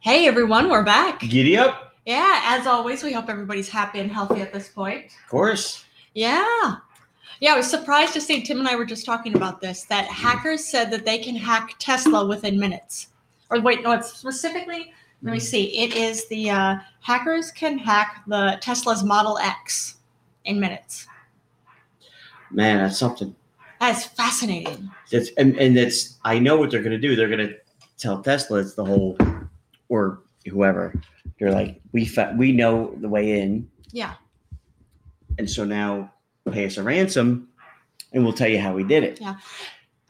Hey everyone, we're back. Giddy up, Yeah, as always, we hope everybody's happy and healthy at this point. of course. Yeah. Yeah, I was surprised to see Tim and I were just talking about this that Mm-hmm. hackers said that they can hack Tesla within minutes. Or wait, no, it's specifically, let Mm-hmm. me see. It is the uh, hackers can hack the Tesla's Model X in minutes. Man, that's something. That's fascinating. That's and, and that's I know what they're gonna do. They're gonna tell Tesla it's the whole or whoever. They're like, we fa- we know the way in. Yeah. And so now pay us a ransom and we'll tell you how we did it. Yeah.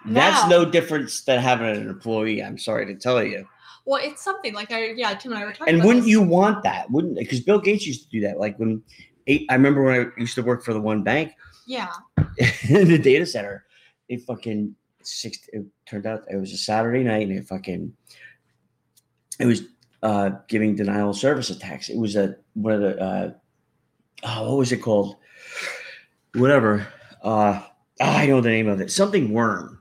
That's Wow. no difference than having an employee, I'm sorry to tell you. Well, it's something like I, yeah, Tim and I were talking And about wouldn't this. you want that? Wouldn't because Bill Gates used to do that. Like when eight, I remember when I used to work for the one bank, Yeah. in the data center. It fucking six. It turned out it was a Saturday night, and it fucking it was uh, giving denial of service attacks. It was a one of the uh, oh, what was it called? Whatever. Uh, oh, I know the name of it. Something worm.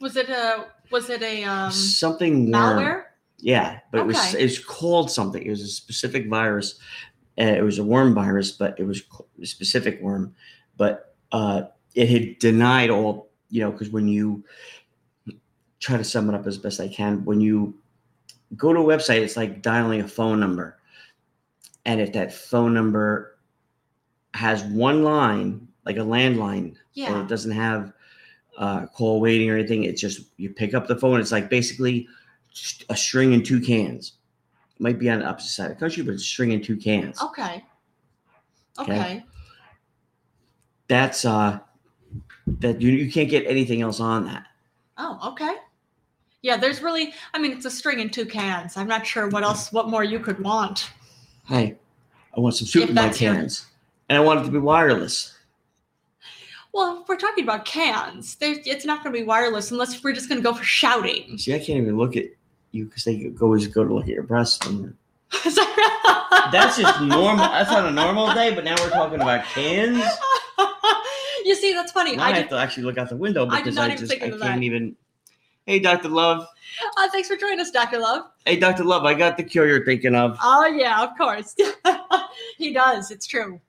Was it a, was it a um, Something worm. malware? Yeah, but it was Okay. it was called something. It was a specific virus. Uh, it was a worm virus, but it was co- a specific worm. But uh, it had denied all you know because when you try to sum it up as best I can, when you go to a website, it's like dialing a phone number, and if that phone number has one line, like a landline, and Yeah. it doesn't have uh, call waiting or anything. It's just you pick up the phone. It's like basically just a string and two cans. It might be on the opposite side of the country, but it's a string and two cans. Okay. Okay. Okay. That's uh, that you you can't get anything else on that. Oh, okay. Yeah, there's really, I mean, it's a string and two cans. I'm not sure what else, what more you could want. Hey, I want some soup If in my that's your- cans, and I want it to be wireless. Well, if we're talking about cans, there's, it's not going to be wireless unless we're just going to go for shouting. See, I can't even look at you because they go- always go to look at your breasts. And That's that's just normal. That's on a normal day, but now we're talking about cans. you see, that's funny. Now I, I have did, to actually look out the window I did because not I, even just I think can't of that. even. Hey, Doctor Love. uh, thanks for joining us, Dr. Love. Hey, Doctor Love. I got the cure you're thinking of. Oh, yeah, of course. he does. It's true.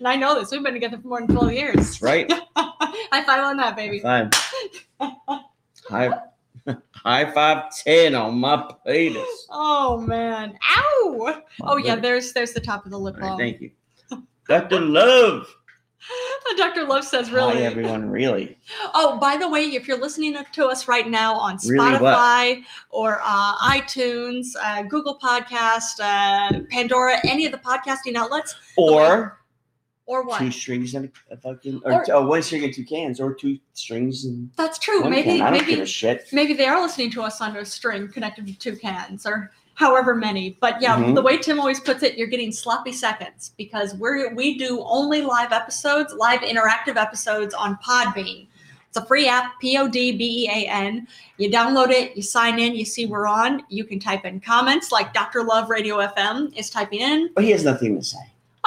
And I know this. We've been together for more than 12 years. Right. High five on that, baby. Fine. High, high five ten on my penis. Oh, man. Ow. My Oh yeah, lip. there's there's the top of the lip All right, balm. thank you, Doctor Love. Dr. Love says really. Hi, everyone. Really. oh, by the way, if you're listening to us right now on Really what? Spotify or uh, iTunes, uh, Google Podcast, uh, Pandora, any of the podcasting outlets, Or or what? two strings and a fucking, Or- or, t- oh, one string and two cans, or two strings and That's true. one maybe can. I don't give maybe a shit. maybe they are listening to us under a string connected to two cans or however many. But yeah, Mhm. the way Tim always puts it, you're getting sloppy seconds because we're we do only live episodes, live interactive episodes on Podbean. It's a free app, P O D B E A N. You download it, you sign in, you see we're on. You can type in comments like Dr. Love Radio FM is typing in. But he has nothing to say.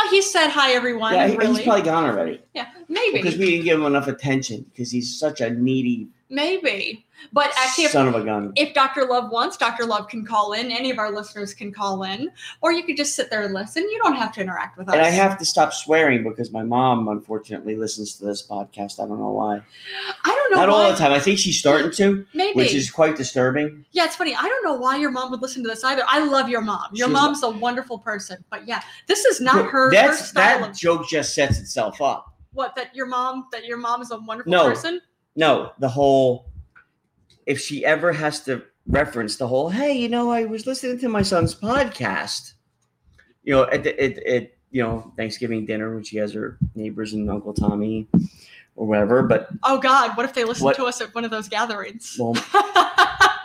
Oh, he said hi everyone. Yeah, he- really? he's probably gone already yeah, maybe, because we didn't give him enough attention because he's such a needy maybe. But actually, if son of a gun. if Dr. Love wants, Dr. Love can call in. Any of our listeners can call in, or you could just sit there and listen. You don't have to interact with us. And I have to stop swearing because my mom, unfortunately, listens to this podcast. I don't know why. I don't know Not why. all the time. I think she's starting to, Maybe. which is quite disturbing. yeah, it's funny. I don't know why your mom would listen to this either. I love your mom. Your She's- mom's a wonderful person, but yeah, this is not But her, her That's style that of joke just sets itself up. what that your mom that your mom is a wonderful No. person. No, the whole if she ever has to reference the whole, hey, you know, I was listening to my son's podcast. You know, at the at, at you know Thanksgiving dinner when she has her neighbors and Uncle Tommy or whatever. But Oh God, what if they listen What- to us at one of those gatherings? well,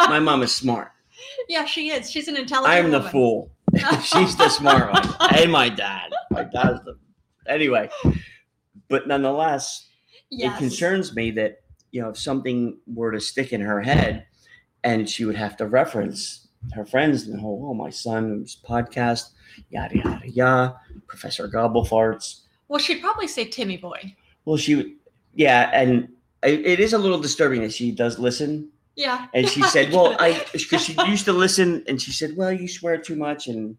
my mom is smart. yeah, she is. She's an intelligent. I'm the woman. fool. She's the smart one. And my dad. My dad's the anyway. But nonetheless, Yes. it concerns me that, you know, if something were to stick in her head and she would have to reference her friends and the whole, oh, my son's podcast, yada, yada, yada, Professor Gobblefarts. Well, she'd probably say Timmy boy. Well, she would, yeah. And it, it is a little disturbing that she does listen Yeah. And she said, "Well, I because she used to listen, and she said, well, you swear too much, and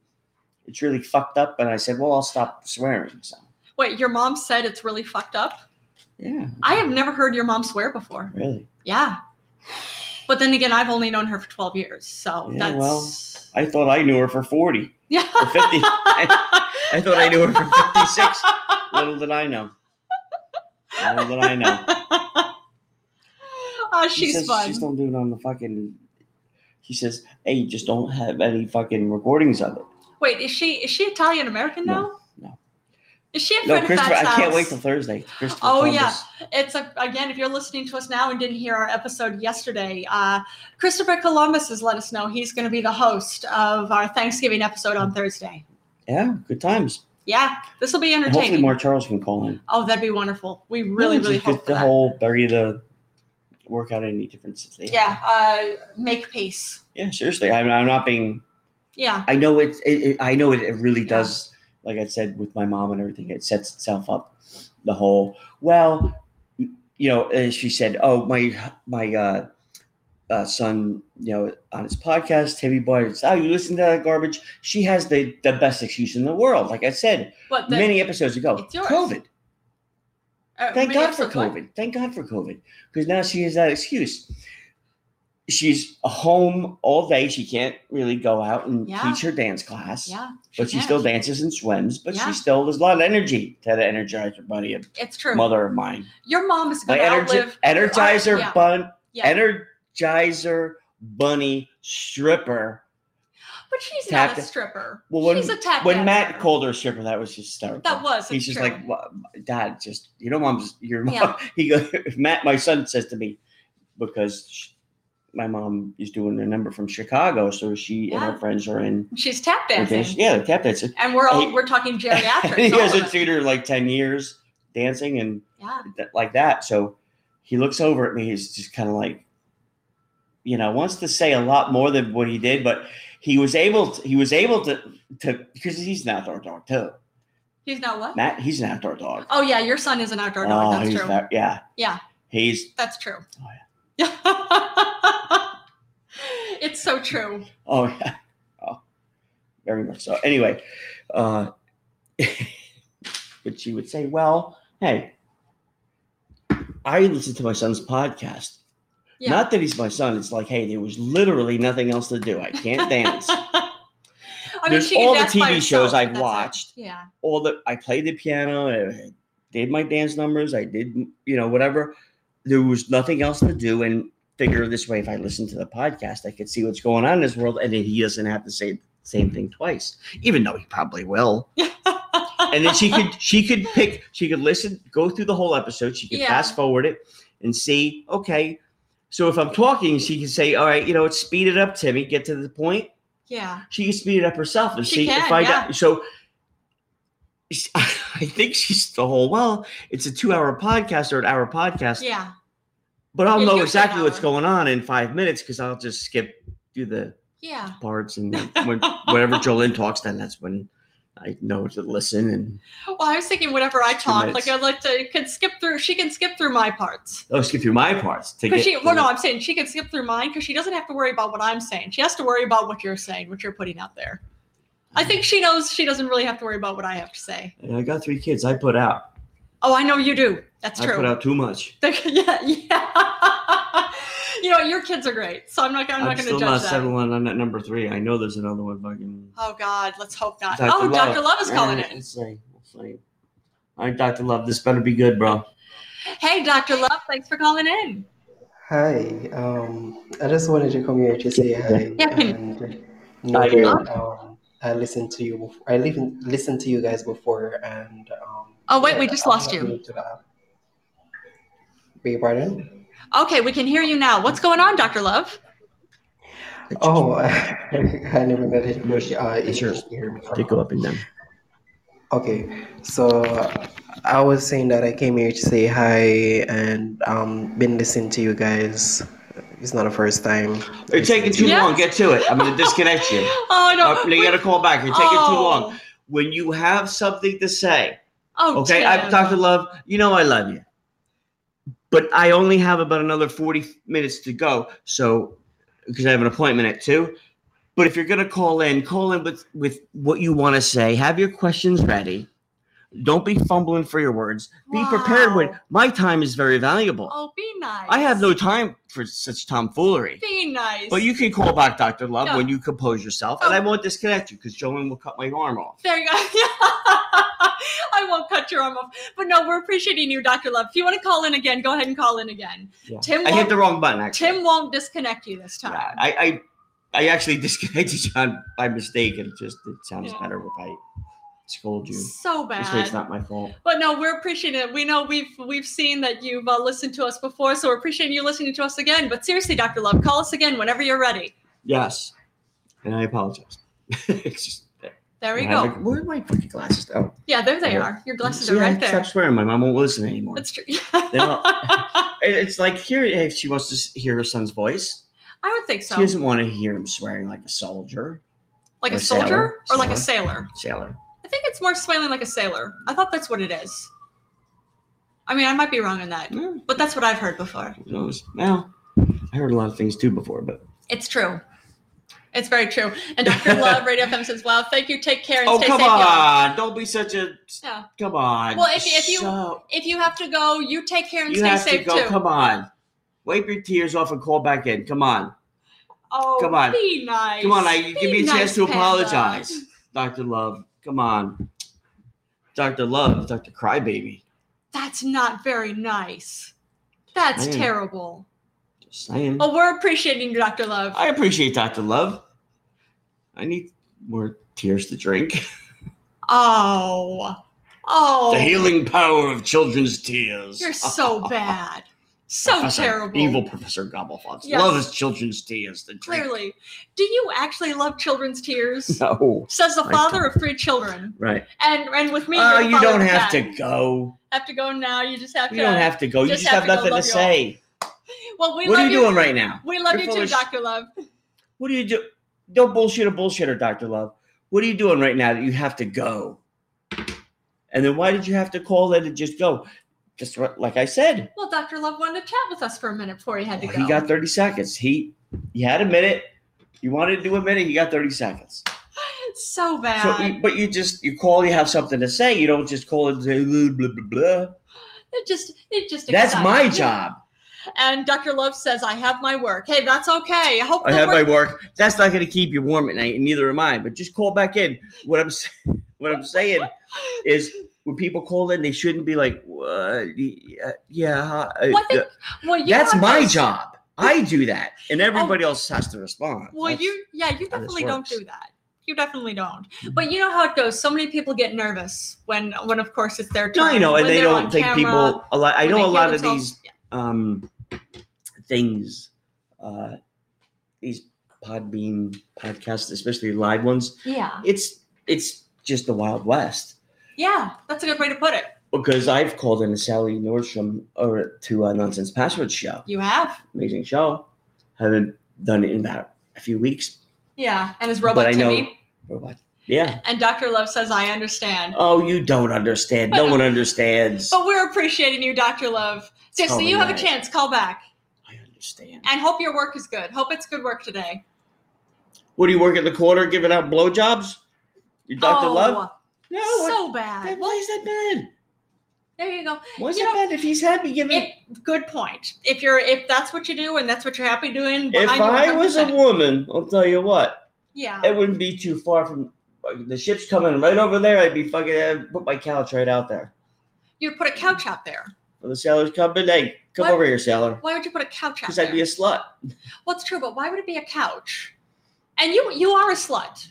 it's really fucked up." And I said, "Well, I'll stop swearing." So Wait, your mom said it's really fucked up. yeah, I have never heard your mom swear before. really, Yeah. But then again, I've only known her for 12 years. So Yeah, that's. well, I thought I knew her for forty. yeah. For 50. I thought I knew her for fifty-six. Little did I know. Little did I know. Oh, She she's says, fun. Just don't do it on the fucking. She says, "Hey, just don't have any fucking recordings of it." Wait, is she is she Italian American now? No, no. Is she at No, Fred Christopher, Fat's I can't house? wait till Thursday. Christopher Oh, Columbus. yeah. it's a, again if you're listening to us now and didn't hear our episode yesterday uh, christopher columbus has let us know he's going to be the host of our thanksgiving episode on thursday Yeah, good times. yeah this will be And hopefully, entertaining more Charles can call in. oh that'd be wonderful we really Yeah, really just get hope for the that. whole bury the work out any differences. They have. yeah uh, make peace yeah. Seriously, I'm, I'm not being. yeah I know it's. It, it, I know it, it really Yeah. does. Like I said, with my mom and everything, it sets itself up. The whole well, you know, uh, she said, "Oh, my my uh, uh, son, you know, on his podcast, Timmy Boy, it's, oh, you listen to that garbage." She has the the best excuse in the world. Like I said but the, many episodes ago, It's yours. COVID. uh, Thank maybe God it's for the one- COVID. Thank God for COVID. Because now she has that excuse. She's home all day. She can't really go out and Yeah. teach her dance class. yeah but she can. still dances and swims. But Yeah. she still there's a lot of energy to that energizer bunny, a it's true mother of mine. your mom is My going to energy, outlive energizer yeah. bun yeah energizer bunny stripper. but she's Tap not a dan- stripper Well, when- she's a tap When dancer. Matt called her a stripper, that was hysterical. that was He's it's just true. like, "Well, Dad, just you know, Mom's your mom. Yeah. He goes, Matt, my son says to me, because sh my mom is doing a number from Chicago, so she and Yeah. her friends are in. she's tap they're dancing dancing- Yeah, the tap dancer. and we're all Hey. we're talking geriatrics he all has of a us. tutor like ten years dancing and yeah th- like that. So he looks over at me. He's just kind of like, you know, wants to say a lot more than what he did, but he was able. To, he was able to to because he's an outdoor dog too. He's not what? Matt, he's an outdoor dog. Oh yeah, your son is an outdoor dog. That's Oh, he's true. That, yeah. Yeah. He's That's true. Oh, yeah. it's so true. oh yeah. Oh, very much so. Anyway, uh but she would say, Well, hey, I listen to my son's podcast. Yeah. Not that he's my son, it's like, hey, there was literally nothing else to do. I can't dance. I mean, There's she can all the dance by TV shows herself, I've but that's it. watched. Yeah. all the I played the piano, I did my dance numbers, I did you know whatever. There was nothing else to do, and figure this way: if I listen to the podcast, I could see what's going on in this world, and then he doesn't have to say the same thing twice, even though he probably will. and then she could she could pick she could listen, go through the whole episode, she could Yeah. fast forward it, and see okay. So if I'm talking, she can say, "All right, you know, speed it up, Timmy. Get to the point." Yeah. she can speed it up herself and She see can, if I yeah. got so she- I think she's the whole well, it's a two hour podcast or an hour podcast, Yeah. but I'll Yeah, you know can exactly what's hour. going on in five minutes because I'll just skip through the Yeah. parts and when whenever Jolene talks, then that's when I know to listen and Well, I was thinking whenever I Two talk, minutes. like I like to can skip through. She can skip through my parts. oh skip through my parts to Because get she, well, no, I'm saying she can skip through mine because she doesn't have to worry about what I'm saying. She has to worry about what you're saying, what you're putting out there. I Mm. think she knows she doesn't really have to worry about what I have to say. And I got three kids. I put out. Oh, I know you do. That's I true. put out too much. yeah, yeah. you know, your kids are great, so I'm not. I'm, I'm, not going to still judge not that. settling on that number three. I know there's another one fucking. Oh God, let's hope not. Dr. oh, Love. Eh, Dr. Love is calling Alright, in. Let's see. We'll see. All right, Dr. Love, this better be good, bro. Hey, Dr. Love, thanks for calling in. Hi, um, I just wanted to come here to say hi Yeah, can- and know Hi. that, um, I listened to you. Before, I listened listened to you guys before, and um, Oh wait, we yeah, just I'm lost not you. new to that. Beg your pardon? Okay, we can hear you now. What's going on, Dr. Love? Oh, I never met it. Yours. Uh, It's yours. you hear me They from- go up and down. Okay, so I was saying that I came here to say hi and um, been listening to you guys. It's not the first time. You're taking too Yes. long. Get to it. I'm going to disconnect you. Oh no. Uh, you we- got to call back. You're taking too long. Oh. When you have something to say, Oh, okay? I'm Tim. Dr. Love. You know I love you. but I only have about another 40 minutes to go. So, because I have an appointment at two. But if you're going to call in, call in with, with what you want to say. Have your questions ready. Don't be fumbling for your words. Be prepared when Wow. my time is very valuable. Oh, be nice. I have no time for such tomfoolery. Be nice. But you can call back Dr. Love No. when you compose yourself, Oh. and I won't disconnect you because Jolene will cut my arm off. There you go. I won't cut your arm off. But no, we're appreciating you, Dr. Love. If you want to call in again, go ahead and call in again. Yeah. Tim I hit won't, the wrong button, actually. Tim won't disconnect you this time. Yeah, I, I, I actually disconnected John by mistake, and it just it sounds Yeah. better if I scold you. So This way, bad. it's not my fault. But no, we're appreciating it. We know we've we've seen that you've uh, listened to us before, so we're appreciating you listening to us again. But seriously, Dr. Love, call us again whenever you're ready. Yes, and I apologize. it's just, There you I have go. a- where are my fucking glasses? Oh, Yeah, there they Yeah. are. Your glasses See, are I right Stop there. swearing. My mom won't listen anymore. That's true. not- I It- it's like here, if she wants to s- hear her son's vovoice, would think she so. doesn't want to hear him swearing like a soldier, Like or a sailor. soldier or like a Sailor. sailor? sailor. I think it's more smiling like a sailor. I thought that's what it is. I mean, I might be wrong on that, Yeah. but that's what I've heard before. Who knows? Well, I heard a lot of things too before, but It's true. It's very true. And Dr. Love, Radio FM says, wow, thank you. Take care and oh stay come safe. y'all." on! Don't be such a Yeah. come on. Well, if- if you- So- If you have to go, you take care and you stay have safe to go. too. Come on, wipe your tears off and call back in. Come on, oh, come on. Be nice. come on! I, give Be me a chance nice, to Panda. apologize, Doctor Love. Come on, Doctor Love, Doctor Crybaby. That's not very nice. That's Man. terrible. Just saying. Well, we're appreciating you, Dr. Love. I appreciate Doctor Love. I need more tears to drink. oh. Oh. The healing power of children's tears. You're so bad. So Professor- terrible. Evil Professor Gobblefox Yes. loves children's tears. to drink. Clearly. Do you actually love children's tears? No. Says the I father of three children. Right. And and with me, Oh, you're the you father don't of have to nine. go. Have to go now. You just have You to. don't have to go. You just just have have to go nothing to love y'all. say. Well, we What are love you doing right now? We love You're you full too, of sh- Doctor Love. What do you do? Don't bullshit a bullshitter, Dr. Love. What are you doing right now that you have to go? And then why did you have to call in and just go? Just what- like I said, Well, Doctor Love wanted to chat with us for a minute before he had to go. he got 30 seconds. He he had a minute. You wanted to do a minute, he got 30 seconds. so bad. So, you- but you just you call, you have something to say. You don't just call and say blah blah blah. blah. it just it just. That's excites my me. job. And Doctor Love says, "I have my work." Hey, that's okay. I hope I the have my work- work. That's not going to keep you warm at night, and neither am I. But just call back in. What I'm s- what I'm saying is, when people call in, they shouldn't be like, "What? Yeah, yeah, huh, uh, Well, I think- uh, Well, you that's have my this- Oh. job. I do that, and everybody else has to respond." Well, That's- you yeah, you how this definitely don't works. Mm-hmm. do that. You definitely don't. But you know how it goes. So many people get nervous when when of course it's their no, turn. you know, and when they they're on don't think camera, people. A lot. I when know they a hear lot of themselves- these um things, uh these Podbean podcasts, especially live ones. Yeah. It's it's just the wild west. Yeah, that's a good way to put it. because I've called in Sally Nordstrom or to uh, Nonsense Password show. You have. Amazing show. Haven't done it in about a few weeks. Yeah. And his robot But I know- Timmy. Robot. Yeah. And Dr. Love says, I understand. Oh, you don't understand. No one understands. But we're appreciating you, Dr. Love. Seriously, Totally you have a right. chance. Call back. I understand. And hope your work is good. Hope it's good work today. What do you work at the corner giving out blowjobs? You Dr. Oh, Love? No. what- So then bad. why is that bad? There you go. Why is You that know, bad if he's happy giving? It, good point. If you're if that's what you do and that's what you're happy doing, if behind you I was a 100%. woman, I'll tell you what, yeah. it wouldn't be too far from the ship's coming right over there. I'd be fucking I'd put my couch right out there. You'd put a couch out there. Well, the sailor's coming. Hey, come What? over here, sailor. Why would you put a couch out Because there? I'd be a slut. well, it's true, but why would it be a couch? And you you are a slut,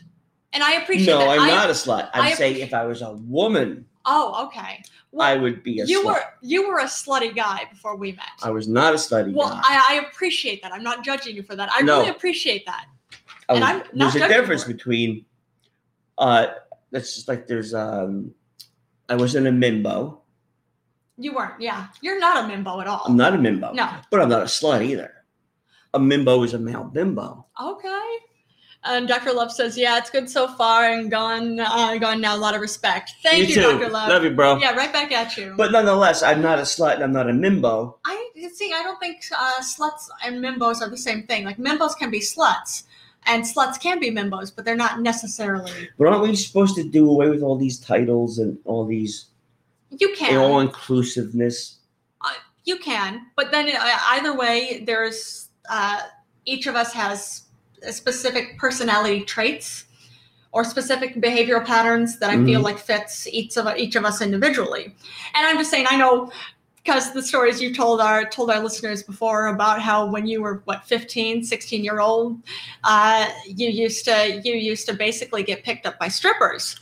and I appreciate no, that. I'm I- not a slut. I I'd say if I was a woman, Oh, okay. I Well, would be a you slut. were you were a slutty guy before we met. I was not a slutty well, guy. I, I appreciate that. I'm not judging you for that. I No. really appreciate that. I and was- I'm not there's a judging difference for it. between. Uh, that's just like there's um, I wasn't a mimbo. You weren't. Yeah, you're not a mimbo at all. I'm not a mimbo. No. but I'm not a slut either. A mimbo is a male bimbo. Okay. And Dr. Love says, "Yeah, it's good so far, and gone, uh, gone now. A lot of respect. Thank you, Dr. Love. Love you, bro. Yeah, right back at you. But nonetheless, I'm not a slut and I'm not a mimbo. I see. I don't think uh, sluts and mimbos are the same thing. Like mimbos can be sluts, and sluts can be mimbos, but they're not necessarily. But aren't we supposed to do away with all these titles and all these You can. all inclusiveness? you can, but then uh, either way, there's uh, each of us has specific personality traits or specific behavioral patterns that I feel Mhm. like fits each of each of us individually. And I'm just saying, I know because the stories you told our told our listeners before about how when you were what 15 16 year old uh, you used to you used to basically get picked up by strippers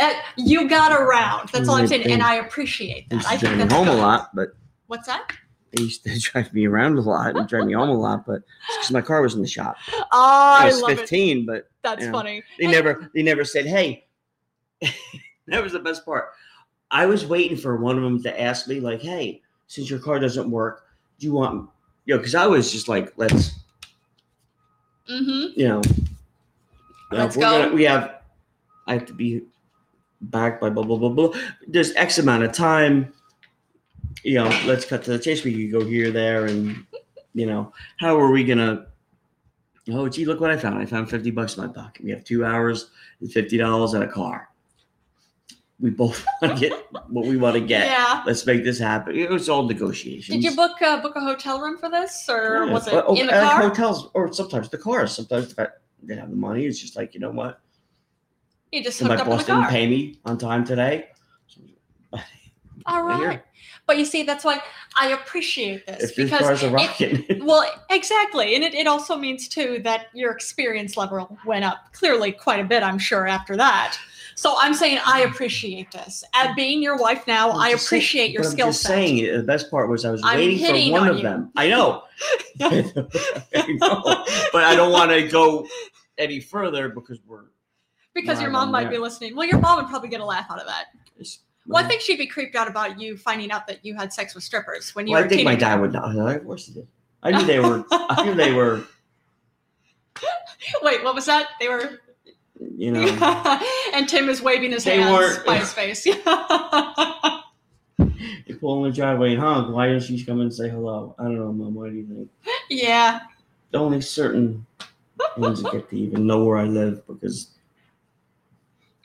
uh, you got around that's all i'm Right saying thing. and i appreciate They that used i to drive me that's home a good. lot, but what's that they used to drive me around a lot and drive me home a lot, but because my car was in the shop. Oh, I, I, was love it. 15, but That's yeah. funny. They And- never they never said, "Hey." that was the best part. I was waiting for one of them to ask me like, "Hey, since your car doesn't work, do you want you know, cuz I was just like, let's, Mhm. you know, uh, Let's we're go. Gonna, we have I have to be back by blah blah blah blah. There's X amount of time. You know, let's cut to the chase. We could go here, there, and you know, how are we gonna? Oh, gee, look what I found! I found fifty bucks in my pocket. We have two hours and fifty dollars and a car. We both want to get what we want to get. Yeah. Let's make this happen. It was all negotiations. Did you book uh, book a hotel room for this, or Yeah, was it or- or in the at car? oh, uh, Hotels, or sometimes the cars. Sometimes if I didn't have the money, it's just like you know what. you just And hooked my up in boss the didn't car. pay me on time today. All Right here. right. But you see, that's why I appreciate this If this because car's a rocket, well, exactly, and it, it also means too that your experience level went up clearly quite a bit. I'm sure after that. So I'm saying I appreciate this. At being your wife now, I'm I just saying- appreciate your but I'm skill just set. saying it- the best part was I was I'm waiting hitting for on one of you. them. I know. I know. But I don't want to go any further because we're. because your Right mom on might there. be listening. Well, your mom would probably get a laugh out of that. it's- Well, I think she'd be creeped out about you finding out that you had sex with strippers when you Well, were a I think my teenager. dad would not. Of course he did. I knew they were. I knew they were. Wait, what was that? They were. You know, and Tim is waving his They hands weren't- by his face. you pull in the driveway and honk. Why doesn't she come and say hello? I don't know, mom. What do you think? yeah. Only certain ones that get to even know where I live because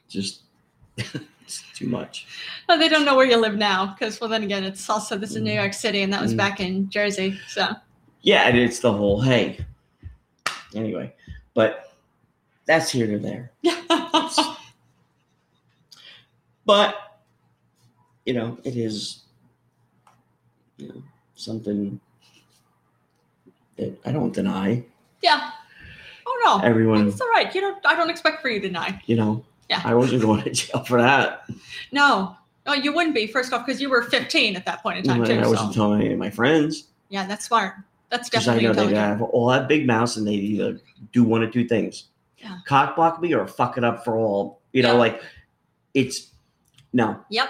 just it's too much. Oh, they don't know where you live now because, well, then again, it's also this is New York City and that was Mm. back in Jersey. So, Yeah, and it's the whole hey. Anyway, but that's here to there. Oh, But you know, it is you know something that I don't deny. yeah. Oh, no. Everyone, It's all right. You don't, I don't expect for you to deny. you know, Yeah. I wasn't going to jail for that. No. No, you wouldn't be, first off, because you were 15 at that point in time, And too. I so. wasn't telling any of my friends Yeah, that's smart. That's because I definitely know they intelligent. have all that big mouths and they either do one of two things: Yeah. cock block me or fuck it up for all. You know, Yeah. like it's no. Yep.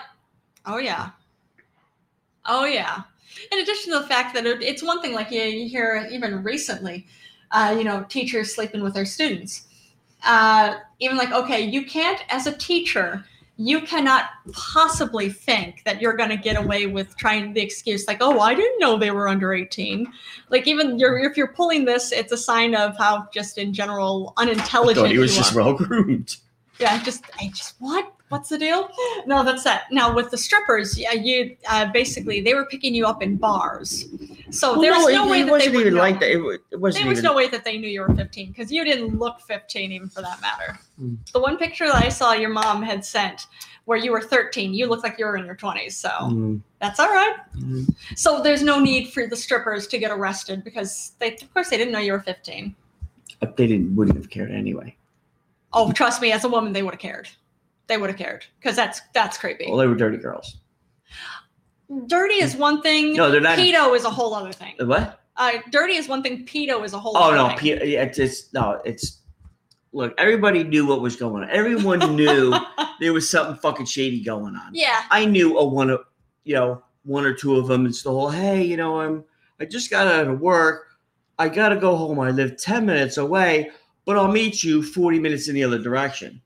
Oh yeah. Oh yeah. In addition to the fact that it, it's one thing, like you, you hear even recently, uh, you know, teachers sleeping with their students. Uh, even like, okay, you can't, as a teacher, you cannot possibly think that you're going to get away with trying the excuse like, oh, I didn't know they were under 18. Like, even you're, if you're pulling this, it's a sign of how just in general I unintelligent thought he was you are. just well groomed. Yeah, I just, I just, what? What's the deal? No, that's that. Now with the strippers, yeah, you uh, basically they were picking you up in bars, so Well, there was it, no way it that wasn't they would even know. like that. It, wa- it wasn't There was even. no way that they knew you were 15 because you didn't look 15, even for that matter. Hmm. The one picture that I saw your mom had sent, where you were 13, you looked like you were in your 20s. So Mm, that's all right. mm. So there's no need for the strippers to get arrested because they, of course, they didn't know you were 15. But They didn't wouldn't have cared anyway. Oh, trust me, as a woman, they would have cared. They would have cared because that's that's creepy. Well, they were dirty girls. dirty is one thing. Mm. No, they're not. pedo is a whole other thing. What? Uh, dirty is one thing. Pedo is a whole. Oh other no, thing. P- it's, it's no, it's. Look, everybody knew what was going on. Everyone knew there was something fucking shady going on. yeah, I knew a one of, you know, one or two of them. It's the whole, hey, you know, I'm, I just got out of work. I gotta go home. I live ten minutes away. but I'll meet you 40 minutes in the other direction.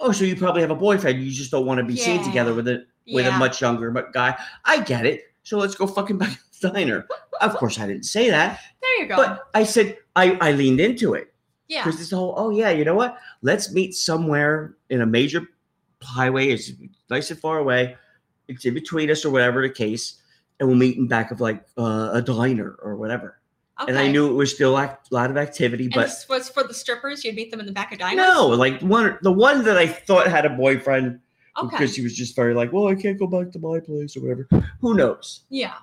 Oh, so you probably have a boyfriend. You just don't want to be seen Yeah. together with a with Yeah. a much younger mu- guy. I get it. So let's go fucking back to the diner. Of course, I didn't say that, There you go. but I said I, I leaned into it yeah. because this whole oh yeah, you know what? Let's meet somewhere in a major highway. It's nice and far away. It's in between us or whatever the case, and we'll meet in back of like uh, a diner or whatever. Okay. And I knew it was still a lot of activity, And but this was for the strippers. You'd meet them in the back of diners. no, like one the one that I thought had a boyfriend Okay. because she was just very like, well, I can't go back to my place or whatever. Who knows? yeah.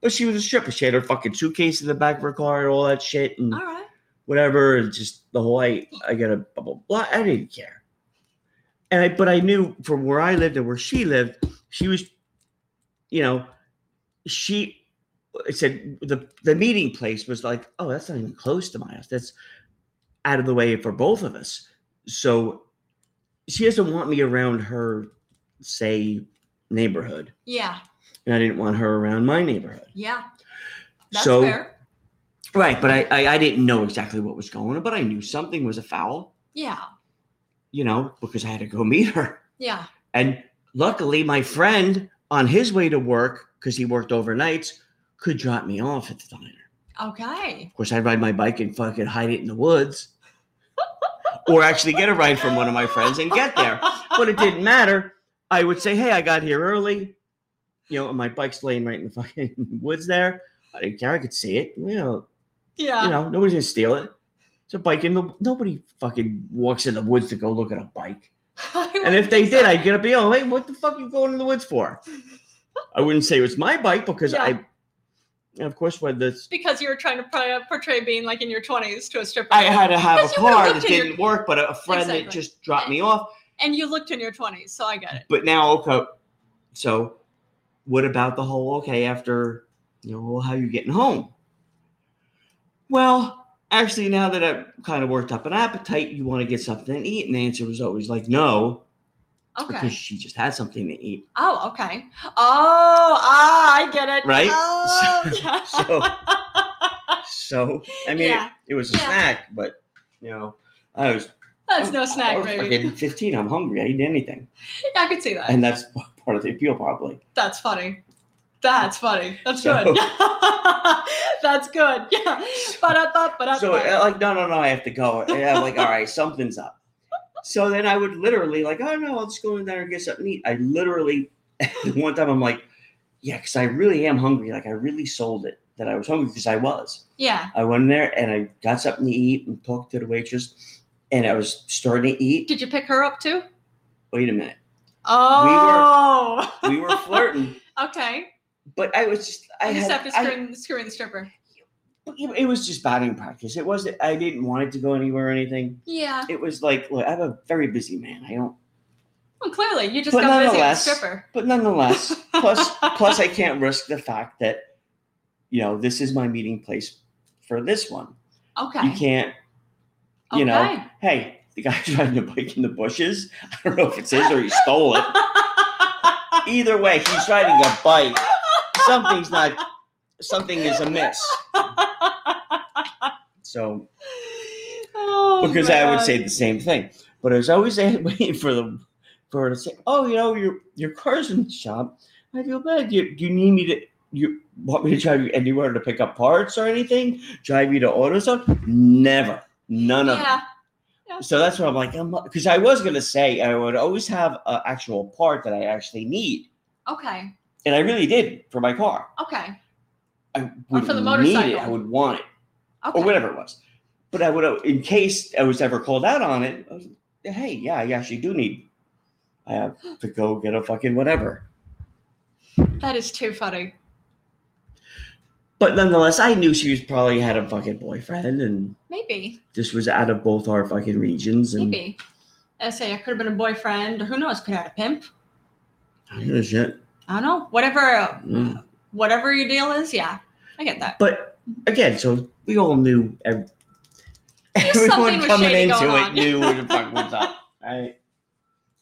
But she was a stripper. She had her fucking suitcase in the back of her car and all that shit and All right. whatever. And just the whole I I got a blah, blah blah. I didn't care. And I but I knew from where I lived and where she lived, she was, you know, she it said the the meeting place was like, oh, that's not even close to my house. That's out of the way for both of us. So she doesn't want me around her, say, neighborhood. Yeah. And I didn't want her around my neighborhood. Yeah. That's So- fair. Right. But I, I, I didn't know exactly what was going on, but I knew something was afoul, Yeah. you know, because I had to go meet her. Yeah. And luckily, my friend on his way to work, because he worked overnights, could drop me off at the diner. Okay. Of course, I'd ride my bike and fucking hide it in the woods, or actually get a ride from one of my friends and get there. But it didn't matter. I would say, hey, I got here early. You know, and my bike's laying right in the fucking woods there. I didn't care. I could see it. You know, Yeah. you know, nobody's gonna steal it. It's a bike, and no- nobody fucking walks in the woods to go look at a bike. And if they did, I'd get up and yell, "Hey, what the fuck you going in the woods for?" I wouldn't say it was my bike because Yeah. I, and of course, when this because you were trying to pri- portray being like in your 20s to a stripper. I had to have a Because you would've car that looked in your- didn't work, but a a friend that Exactly. just dropped me off. and you looked in your 20s, so I get it. But now, okay, so what about the whole okay after? You know, well, how you getting home? Well, actually, now that I've kind of worked up an appetite, you want to get something to eat, and the answer was always like no. because Okay. she just had something to eat. Oh, okay. Oh, ah, I get it. Right? Oh, yeah. So- So I mean, Yeah. it, it was a Yeah. snack, but you know, I was That's no I snack, was baby. Oh, fucking fifteen. I'm hungry. I eat anything, Yeah, I could see that. and that's part of the appeal, probably. That's funny. That's funny. That's So- good. That's good. Yeah. Ba-da-ba, ba-da-ba. So I- like, no, no, no, I have to go. And I'm like, all right, something's up. So then I would literally like, oh no, I'll just go in there and get something to eat. I literally one time I'm like, yeah, because I really am hungry. Like I really sold it that I was hungry because I was. yeah. I went in there and I got something to eat and talked to the waitress, and I was starting to eat. Did you pick her up too? Wait a minute. Oh. we were flirting, okay. but I was just I You just had, have to I- screwing, screwing the stripper. it was just batting practice. It wasn't I didn't want it to go anywhere or anything. Yeah. It was like look, I'm a very busy man. I don't Well, clearly, you just But got busy with the nonetheless- stripper. but nonetheless, plus plus I can't risk the fact that you know, this is my meeting place for this one. Okay. You can't you know, okay. hey, the guy's riding a bike in the bushes. I don't know if it's his or he stole it. Either way, he's riding a bike. Something's not something is amiss. So Oh, because I would God. say the same thing. But I was always a- waiting for the for her to say, "Oh, you know, your your car's in the shop. I feel bad. You you need me to you want me to drive you anywhere to pick up parts or anything? Drive you to AutoZone? Never, none of yeah. them. So that's what I'm like. I'm because I was gonna say I would always have an actual part that I actually need, Okay. and I really did for my car. Okay. Okay. I would Oh, for the need it. motorcycle. I would want it. or whatever it was. But I would, in case I was ever called out on it, I was, hey, yeah, I actually do need I have to go get a fucking whatever. That is too funny. But nonetheless, I knew she was probably had a fucking boyfriend, and Maybe. this was out of both our fucking regions. And Maybe. I say I could have been a boyfriend. Who knows? Could have had a pimp. I don't know, shit. I don't know. Whatever. Mm. Whatever your deal is. Yeah. I get that. But again, so we all knew ev- everyone something was coming shady into it going on. knew what the fuck was up. I,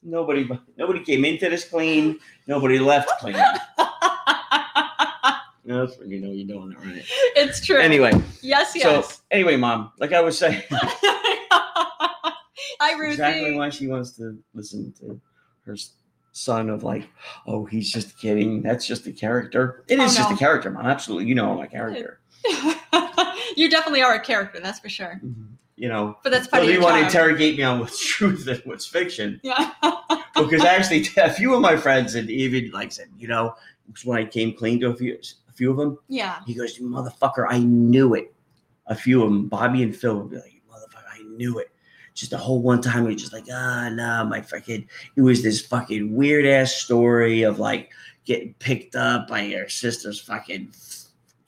nobody, nobody came into this clean. Nobody left clean. That's when you know you're doing it right. it's true. Anyway. Yes. So Yes. anyway, mom, like I was saying, Hi, Ruthie. exactly why she wants to listen to her s- son of like, oh, he's just kidding. That's just a character. It Oh, is just no. a character, mom. Absolutely, you know I'm a character. you definitely are a character, that's for sure. You know, But that's part whether of you your want to charm. interrogate me on what's truth and what's fiction, yeah. because actually, a few of my friends and even like said, you know, when I came clean to a few, a few of them, yeah. he goes, "You motherfucker, I knew it." A few of them, Bobby and Phil, would be like, "You motherfucker, I knew it." Just the whole one time, we were just like, "Ah, nah, my fucking." It was this fucking weird ass story of like getting picked up by your sister's fucking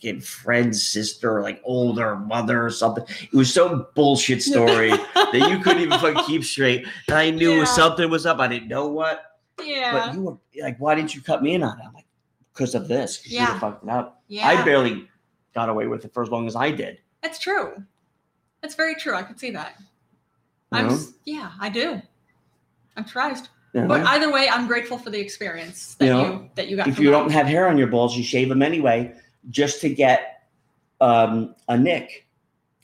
fucking friend's sister, like older mother or something. It was some bullshit story that you couldn't even fucking keep straight. And I knew Yeah. something was up. I didn't know what. But Yeah. you were like, why didn't you cut me in on it? I'm like, because of this. 'cause you Yeah. were fucking up. yeah. I barely got away with it for as long as I did. That's true. That's very true. I can see that. you I'm know? s- yeah, I do. I'm surprised. You know? But either way, I'm grateful for the experience that You you, know, that you got. if from you that. don't have hair on your balls, you shave them anyway, just to get um, a nick,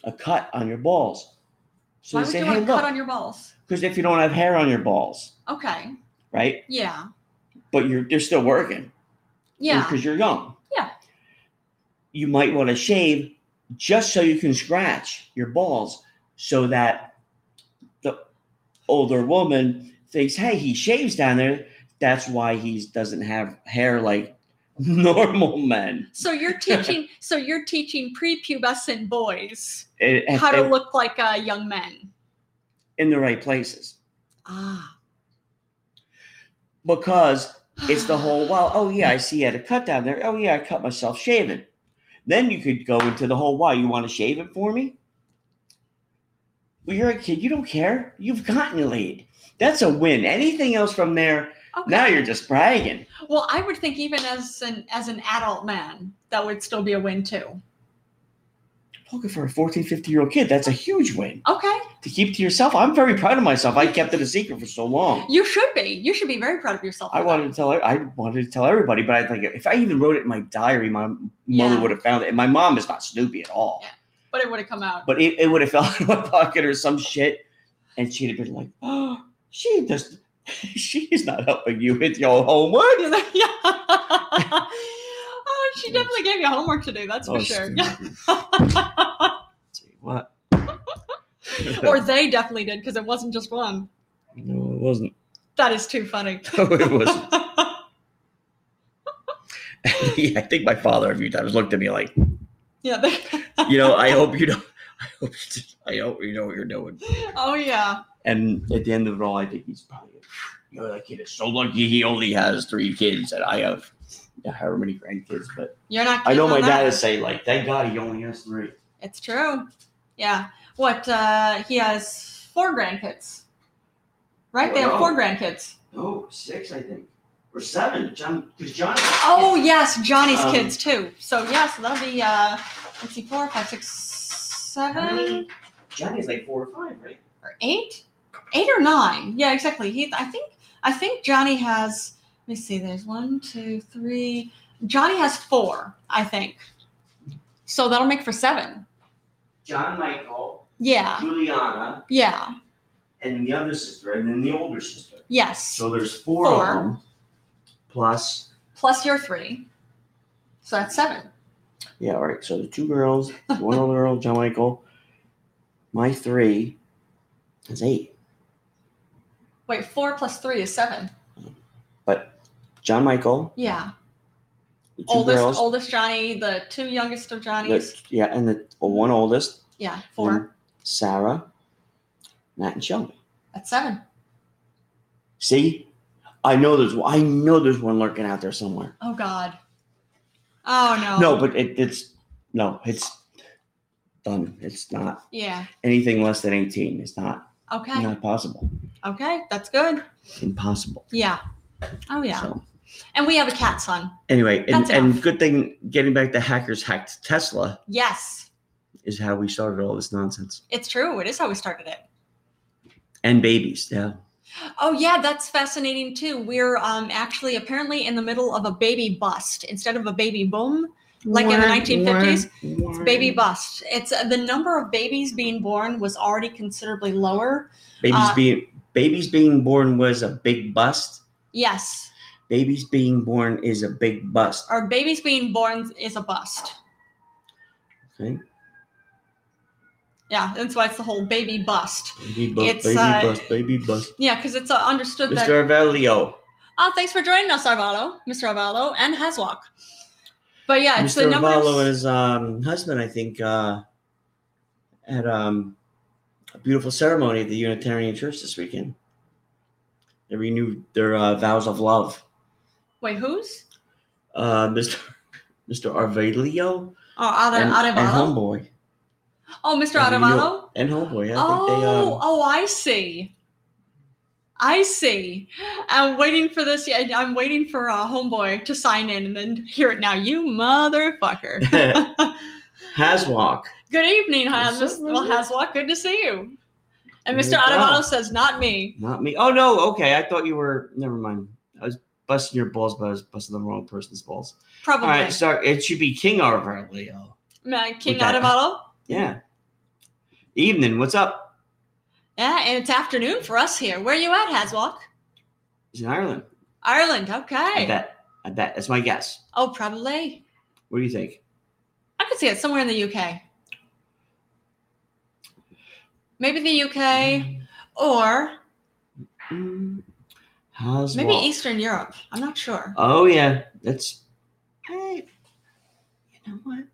a cut on your balls. So why they would say, you hey, want to cut look, on your balls? because if you don't have hair on your balls, Okay. right? Yeah. But you're they're still working Yeah. because you're young. Yeah. You might want to shave just so you can scratch your balls, so that the older woman thinks, "Hey, he shaves down there. That's why he doesn't have hair like normal men." So you're teaching. so you're teaching prepubescent boys It- how to it- look like uh, young men. in the right places Ah. because it's the whole. Well, oh yeah, I see. I had a cut down there. Oh yeah, I cut myself shaving. Then you could go into the whole. Why you want to shave it for me? Well, you're a kid. You don't care. You've gotten laid. That's a win. Anything else from there, Okay. now you're just bragging. Well, I would think even as an as an adult man, that would still be a win too. Looking for a 14, 15 year old kid, that's a huge win. Okay. To keep to yourself, I'm very proud of myself. I kept it a secret for so long. You should be. You should be very proud of yourself. I for that. wanted to tell e, I wanted to tell everybody, but I think if I even wrote it in my diary, my mother Yeah. would have found it. And my mom is not Snoopy at all. Yeah. but it would have come out. But it, it would have fell out of my pocket or some shit. And she'd have been like, Oh, she does she's not helping you with your homework. yeah. oh, she definitely gave you homework to do. That's for Oh, sure. Snoopy. See what? or they definitely did because it wasn't just one. no, it wasn't. That is too funny. No, it wasn't. yeah, I think my father a few times looked at me like, yeah. They, you know, I hope you know, I hope you, I hope you know what you're doing. oh yeah. And at the end of it all, I think he's probably, you know, that kid is so lucky he only has three kids, and I have however many grandkids. But You're not. I know kidding on my that. dad is saying like, thank God he only has three. It's true. Yeah. What? uh He has four grandkids. Right? They have four grandkids. Oh, six, I think, or seven. John, because John. Oh yes, Johnny's Um, kids too. So yes, that'll be. uh Let's see, four, five, six, seven. Johnny's like four or five, right? or eight, eight or nine. Yeah, exactly. He, I think, I think Johnny has. Let me see. There's one, two, three. Johnny has four, I think. So that'll make for seven. John Michael, Yeah, Juliana, yeah, and the other sister, and then the older sister. yes. So there's four, Four. of them. Plus. Plus your three, so that's seven. Yeah, all right. So the two girls, one older girl, John Michael. My three is eight. Wait, four plus three is seven. John Michael, Yeah, the two oldest, girls. oldest Johnny, the two youngest of Johnny's. the- yeah, and the oh, one oldest. yeah, and four. Sarah, Matt, and Shelby. That's seven. See, I know there's I know there's one lurking out there somewhere. Oh God. Oh no. No, but it, it's no, it's done. It's not Yeah. anything less than eighteen. It's not Okay. not possible. Okay. That's good. Impossible. Yeah. Oh yeah. So. And we have a cat son. Anyway, and, That's and enough. good thing getting back to hackers hacked Tesla Yes, is how we started all this nonsense. it's true. It is how we started it. And babies, yeah. Oh yeah, that's fascinating too. We're um, actually apparently in the middle of a baby bust instead of a baby boom. like in the 1950s. It's baby bust. It's uh, the number of babies being born was already considerably lower. Babies Uh, being babies being born was a big bust. Yes, Babies being born is a big bust. or babies being born is a bust. Okay. Yeah, that's why it's the whole baby bust. Baby bust, It's, baby uh, bust, baby bust. Yeah, because it's uh, understood that. Mr. Avelio. Oh, thanks for joining us, Arvalo, Mr. Arvalo, and Heswalk. But yeah, it's the Mr. number. Avello and of- his um, husband, I think, uh, had um, a beautiful ceremony at the Unitarian Church this weekend. They renewed their uh, vows of love. Wait, who's? Uh, Mr. Mr. Arvelio Oh, Ad- and, and Adevalo. Homeboy. Oh, Mr. And New York. Adevalo. And Homeboy. I oh, think they, um, oh, I see. I see. I'm waiting for this. yeah, I'm waiting for uh, Homeboy to sign in and then hear it now. You motherfucker. um, Haswalk. good evening, Has. What's up, Well, Linda? Haswalk, good to see you. And There Mr. you go. Adevalo says, not me. Not me. Oh no. Okay, I thought you were. Never mind. I was busting your balls, but I was busting the wrong person's balls. Probably. All right. Sorry. It should be King Arvelio. Uh, King We got- Adevalo. Yeah. Evening. What's up? Yeah, and it's afternoon for us here. Where you at, Haswalk? He's in Ireland. Ireland. I Okay. bet. I bet. That's my guess. Oh, probably. What do you think? I could see it somewhere in the UK. Maybe the UK or Mm, Haswalk. maybe Eastern Europe. I'm not sure. Oh yeah. That's. Hey. You know what?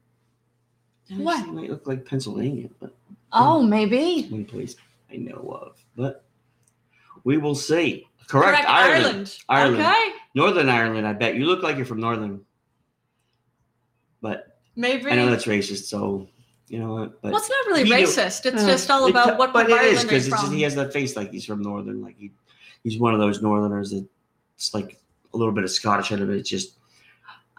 That What? actually Might look like Pennsylvania, but Oh, maybe. one place I know of. But we will see. Correct. Correct. Ireland. Ireland. Ireland. Okay. Northern Ireland, I bet. You look like you're from Northern. But Maybe. I know that's racist, so you know what? But well, it's not really Either- racist. It's Yeah. just all It- about what part of But it is Ireland are you because from. he has that face like he's from Northern. Like he, he's one of those Northerners that it's like a little bit of Scottish in him. It's just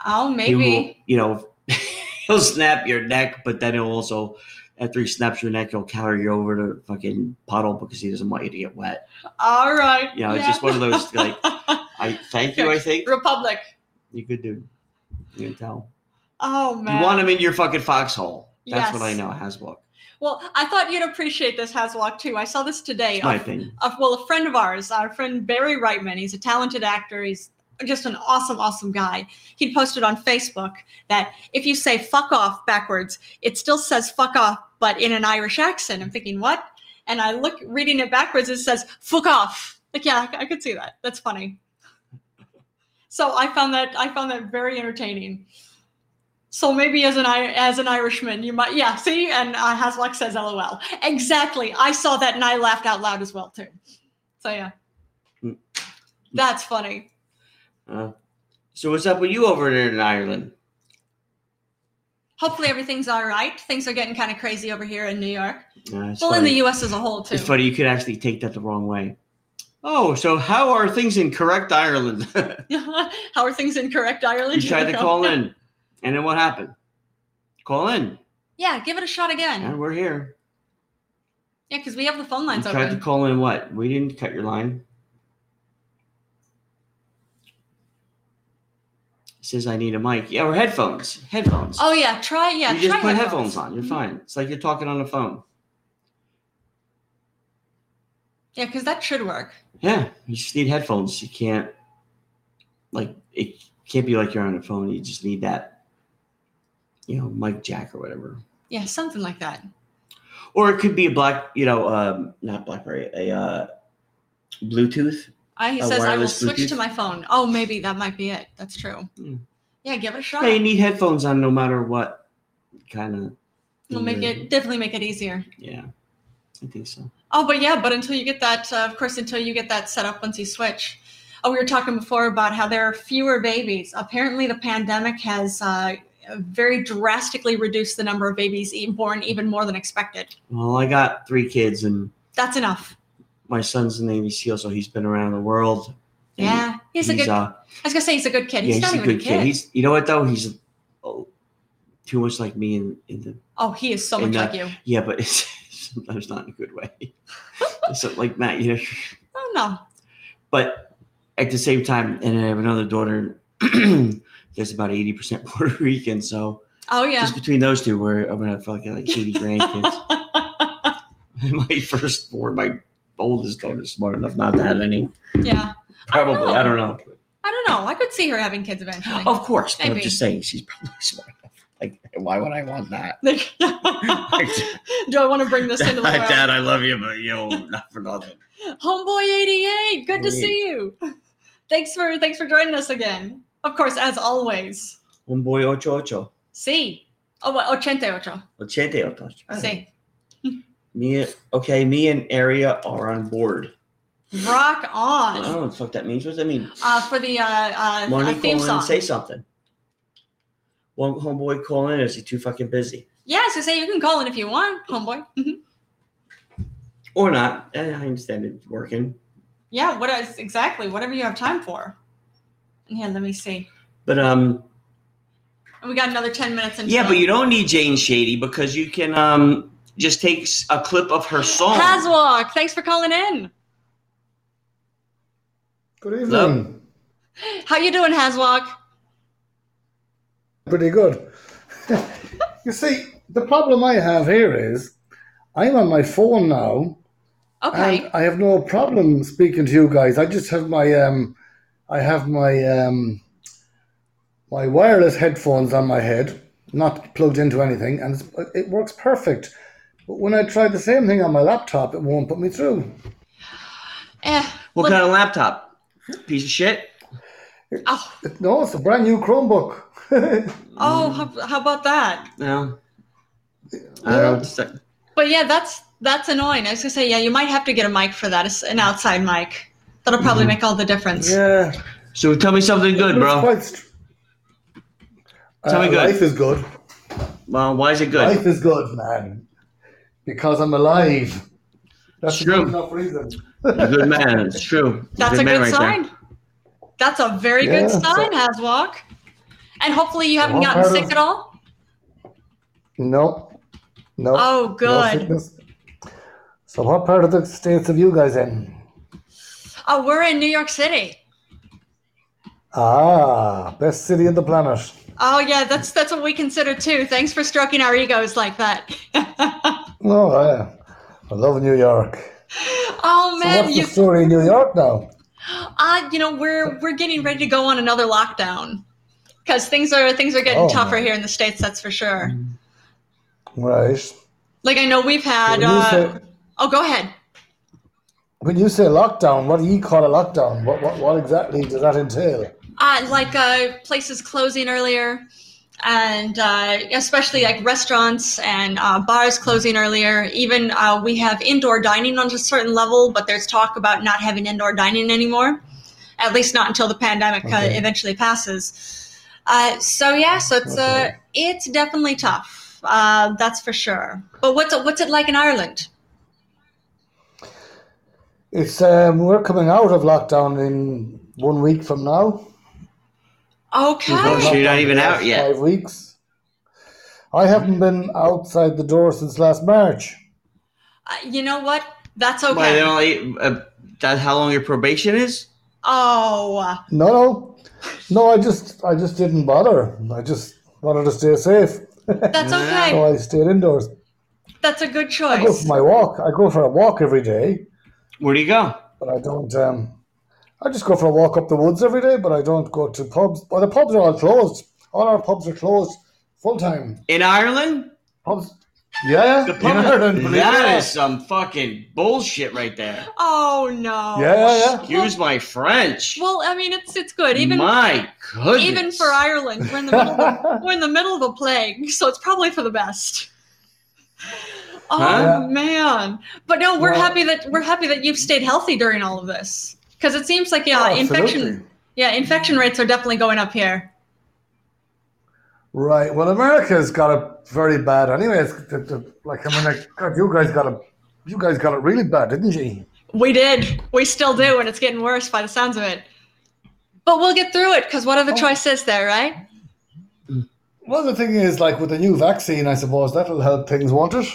oh, he will, maybe. you know, he'll snap your neck, but then he'll also. After he snaps your neck, he'll carry you over to a fucking puddle because he doesn't want you to get wet. All right. You know, it's just one of those like, I thank you. I think Republic. you could do. You can tell. Oh man. You want him in your fucking foxhole. That's what I Yes. know, Haswalk. well, I thought you'd appreciate this Haswalk too. I saw this today. It's my A opinion. of well, a friend of ours, our friend Barry Reitman. He's a talented actor. He's just an awesome, awesome guy. He posted on Facebook that if you say "fuck off" backwards, it still says "fuck off," but in an Irish accent. I'm thinking, what? And I look reading it backwards. It says "fuck off." Like, yeah, I, I could see that. That's funny. So I found that I found that very entertaining. So maybe as an I- as an Irishman, you might yeah see. And uh, Haslock says LOL. Exactly. I saw that and I laughed out loud as well too. So yeah. Hmm. That's funny. Uh, so what's up with you over there in Ireland? Hopefully everything's all right. Things are getting kind of crazy over here in New York. Uh, it's Well, in funny. the US as a whole too. It's funny you could actually take that the wrong way. Oh, so how are things in correct Ireland? How are things in correct Ireland? you tried to call in, and then what happened? Call in, Yeah, give it a shot and again. we're here. Yeah, because we have the phone You lines tried to open. call in. What? We didn't cut your line. It says I need a mic. Yeah, or headphones. Headphones. Oh yeah, try yeah. you just try put headphones. on. You're fine. It's like you're talking on the phone. Yeah, because that should work. Yeah, you just need headphones. You can't like it can't be like you're on a phone. You just need that, you know, mic jack or whatever. Yeah, something like that. Or it could be a black, you know, um, not BlackBerry, a uh, Bluetooth. I, he A says I will wireless switch to Bluetooth? my phone. Oh, maybe that might be it. That's true. Hmm. Yeah, give it a shot. Yeah, you need headphones on no matter what kind of. It'll make it definitely make it easier. Yeah, I think so. Oh, but yeah, but until you get that, uh, of course, until you get that set up once you switch. Oh, we were talking before about how there are fewer babies. Apparently, the pandemic has uh, very drastically reduced the number of babies e- born, even more than expected. Well, I got three kids, and That's enough. my son's a Navy SEAL, so he's been around the world. And yeah, he's, a good. uh, I was gonna say he's a good kid. he's Mm-hmm. yeah, not he's a even good a kid. kid. He's you know what though? He's oh, too much like me in, in the oh, he is so much And, uh, like you. yeah, but it's sometimes not in a good way. so like Matt, you know. Oh no. But at the same time, and I have another daughter. there's about 80% Puerto Rican. So Oh yeah. just between those two, we're I'm gonna have like, like 80 grandkids. my first born, my oldest daughter's smart enough not to have any. yeah. Probably, know. I don't know. I don't know. I could see her having kids eventually. Of course, but I'm Oh. Maybe. just saying she's probably smart enough. Like, why would I want that? Do I want to bring this into the world? Dad, I love you, but you know, not for nothing. Homeboy88, good to Hey. see you. Thanks for thanks for joining us again. Of course, as always. Un boy ocho ocho. See. Oh, what, ochenta ocho. Ochente ocho. See. Me, okay, me and Aria are on board. Rock I don't on. know what the fuck that means. What does that mean? Uh, for the uh, uh, One uh, call theme in song. and say something. One homeboy call in is he too fucking busy yeah, so say you can call in if you want, homeboy. Mhm. or not? And I understand it's working, yeah, what is exactly whatever you have time for. Yeah, let me see. but um, And we got another ten minutes. Until yeah, but you don't need Jane Shady because you can um just take s- a clip of her song. Haswalk, thanks for calling in. Good evening. Hello. How you doing, Haswalk? Pretty good. you see, the problem I have here is I'm on my phone now Okay. Um, and I have no problem speaking to you guys. I just have my um I have my um my wireless headphones on my head, not plugged into anything, and it's, it works perfect. But when I try the same thing on my laptop, it won't put me through. Eh, What look- kind of laptop? Piece of shit. oh, It, no, it's a brand new Chromebook. oh how, how about that? No. I don't know. what to say. But yeah, that's that's annoying. I was gonna say, yeah, you might have to get a mic for that, it's an outside mic. That'll probably make all the difference. yeah, So tell me something good, bro. Quite str- Uh, Tell me good. Life is good. Well, why is it good? Life is good, man. Because I'm alive. That's Sure. good enough reason. You're a good man. It's true. You're That's a man good right sign. there. That's a very Yeah, good sign, so- Haswalk. And hopefully you haven't gotten Well, part sick of- at all. No. No. Oh, No good. sickness. so what part of the states have you guys in? oh, we're in New York City. Ah, best city on the planet. Oh yeah, that's that's what we consider too. Thanks for stroking our egos like that. No, I, Oh, I love New York. oh So man, what's you the story in New York now? Uh, you know, we're we're getting ready to go on another lockdown because things are things are getting Oh. tougher here in the states. That's for sure. Right. Like I know we've had. When you Uh, say- oh, go ahead. When you say lockdown, what do you call a lockdown? What, what, what exactly does that entail? Uh, like uh, places closing earlier, and uh, especially like restaurants and uh, bars closing earlier. Even uh, we have indoor dining on a certain level, but there's talk about not having indoor dining anymore. At least not until the pandemic uh, Okay. eventually passes. Uh, so yeah, so it's uh, Okay. it's definitely tough. Uh, that's for sure. But what's it, what's it like in Ireland? It's um, we're coming out of lockdown in one week from now. Okay. Oh, so you're not even Lockdown out yet. Five weeks. I haven't been outside the door since last March. Uh, you know what? That's Why okay. they only uh, that how long your probation is? oh. uh, No, no, no. I just, I just didn't bother. I just wanted to stay safe, That's Yeah. okay. so I stayed indoors. That's a good I go for choice. my walk. I go for a walk every day, Where do you go? but I don't. Um, I just go for a walk up the woods every day, but I don't go to pubs. Well, the pubs are all closed. All our pubs are closed full time. In Ireland? Pubs. Yeah, The in pub- Ireland, believe it or that not. is some fucking bullshit right there. Oh no. Yeah, yeah, yeah. Excuse my French. Well, I mean, it's it's good. Even my goodness. even for Ireland, we're in the middle of a, we're in the middle of a plague, so it's probably for the best. Oh Huh? man! But no, we're Well- happy that we're happy that you've stayed healthy during all of this because it seems like yeah, Oh, infection absolutely. yeah infection rates are definitely going up here. Right. Well, America's got it very bad. Anyway, it's the, the, like I mean, like, God, you guys got it. You guys got it really bad, didn't you? We did, we still do, and it's getting worse by the sounds of it. But we'll get through it because what Oh. other choice is there, right? Well, the thing is, like with the new vaccine, I suppose that'll help things, won't it?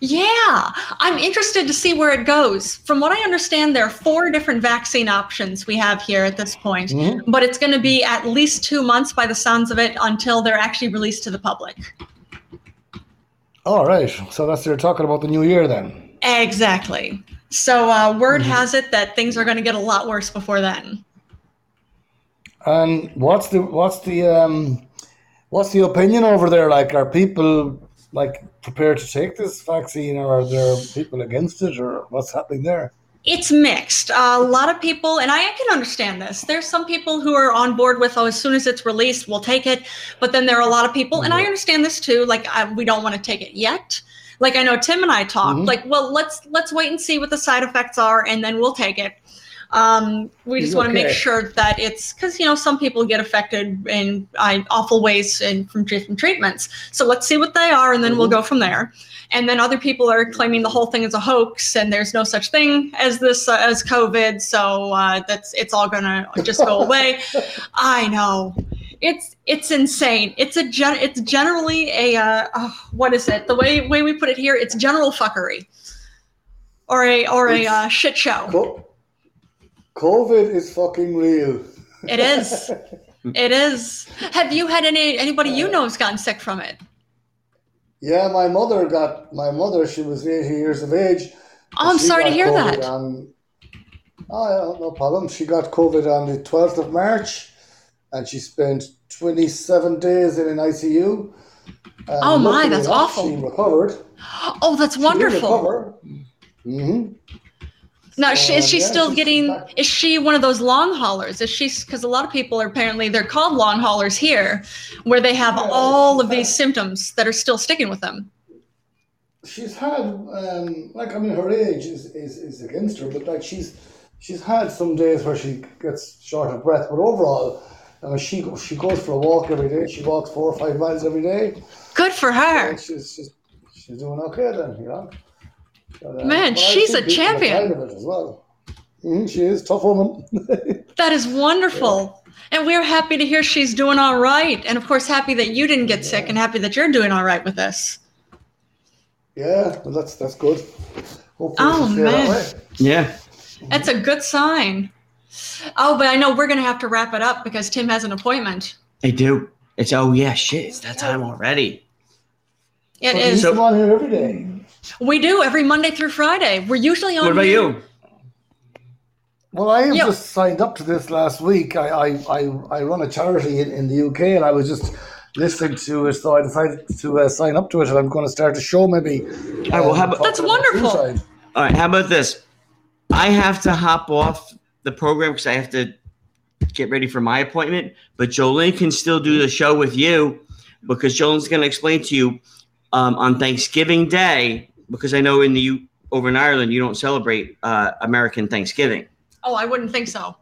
Yeah, I'm interested to see where it goes. From what I understand, there are four different vaccine options we have here at this point, Mhm. but it's going to be at least two months by the sounds of it until they're actually released to the public. All right. So that's you're talking about the new year then. Exactly. So, uh, word Mhm. has it that things are going to get a lot worse before then. And what's the what's the um what's the opinion over there? Like, are people like prepared to take this vaccine, or are there people against it, or what's happening there? It's mixed. a lot of people, and I can understand this. There's some people who are on board with, oh, as soon as it's released, we'll take it. But then there are a lot of people, and I Mhm. understand this too. Like, I, we don't want to take it yet. Like I know Tim and I talked. Mhm. Like, well, let's let's wait and see what the side effects are, and then we'll take it. Um, we just want to make Okay. sure that it's because you know some people get affected in uh, awful ways and from different treatments. So let's see what they are, and then we'll Mhm. go from there. And then other people Mm-hmm. are claiming the whole thing is a hoax, and there's no such thing as this uh, as COVID. So uh, that's it's all gonna just go away. I know. It's it's insane. It's a gen- it's generally a uh, oh, what is it? The way way we put it here, it's general fuckery, or a or a It's- uh, shit show. Co- COVID is fucking real. It is. It is. Have you had any anybody you know has gotten sick from it? Yeah, my mother got my mother. She was eighty years of age. Oh, I'm She sorry to got hear COVID that. On, oh, yeah, no problem. She got COVID on the 12th of March and she spent 27 days in an ICU. And Oh, my, luckily that's enough, awful. She recovered. She Oh, that's did wonderful. recover. Mhm. Now, she, is Uh, she yeah, still she's getting? back. Is she one of those long haulers? Is she? Because a lot of people are apparently they're called long haulers here, where they have Yeah, all she's of these back. symptoms that are still sticking with them. She's had, um, like, I mean, her age is, is, is against her, but like, she's she's had some days where she gets short of breath, but overall, I mean, she, go- she goes for a walk every day. She walks four or five miles every day. Good for Yeah, her. she's, she's, she's doing okay then, you know. But, uh, Man, but I've she's seen a people that champion. died of it as well. Mhm, she is tough woman. That is wonderful. And we're happy to hear she's doing all right. And of course, happy that you didn't get sick, and happy that you're doing all right with this. yeah, well, that's that's good. Hopefully Oh, she'll stay man. that way. Yeah. That's a good sign. Oh, but I know we're going to have to wrap it up because Tim has an appointment. I do. It's oh yeah, shit. It's that time already. It Oh, But is. You come on here every day. We do every Monday through Friday. We're usually on. What about here- you? Well, I have Yeah. just signed up to this last week. I I, I, I run a charity in, in the UK, and I was just listening to it, so I decided to uh, sign up to it, and I'm going to start a show maybe. right, Oh, well, how about- That's talking about wonderful. suicide. All right. How about this? I have to hop off the program because I have to get ready for my appointment. But Jolene can still do the show with you because Jolene's going to explain to you um, on Thanksgiving Day because I know in the U- over in Ireland you don't celebrate uh, American Thanksgiving. Oh, I wouldn't think so.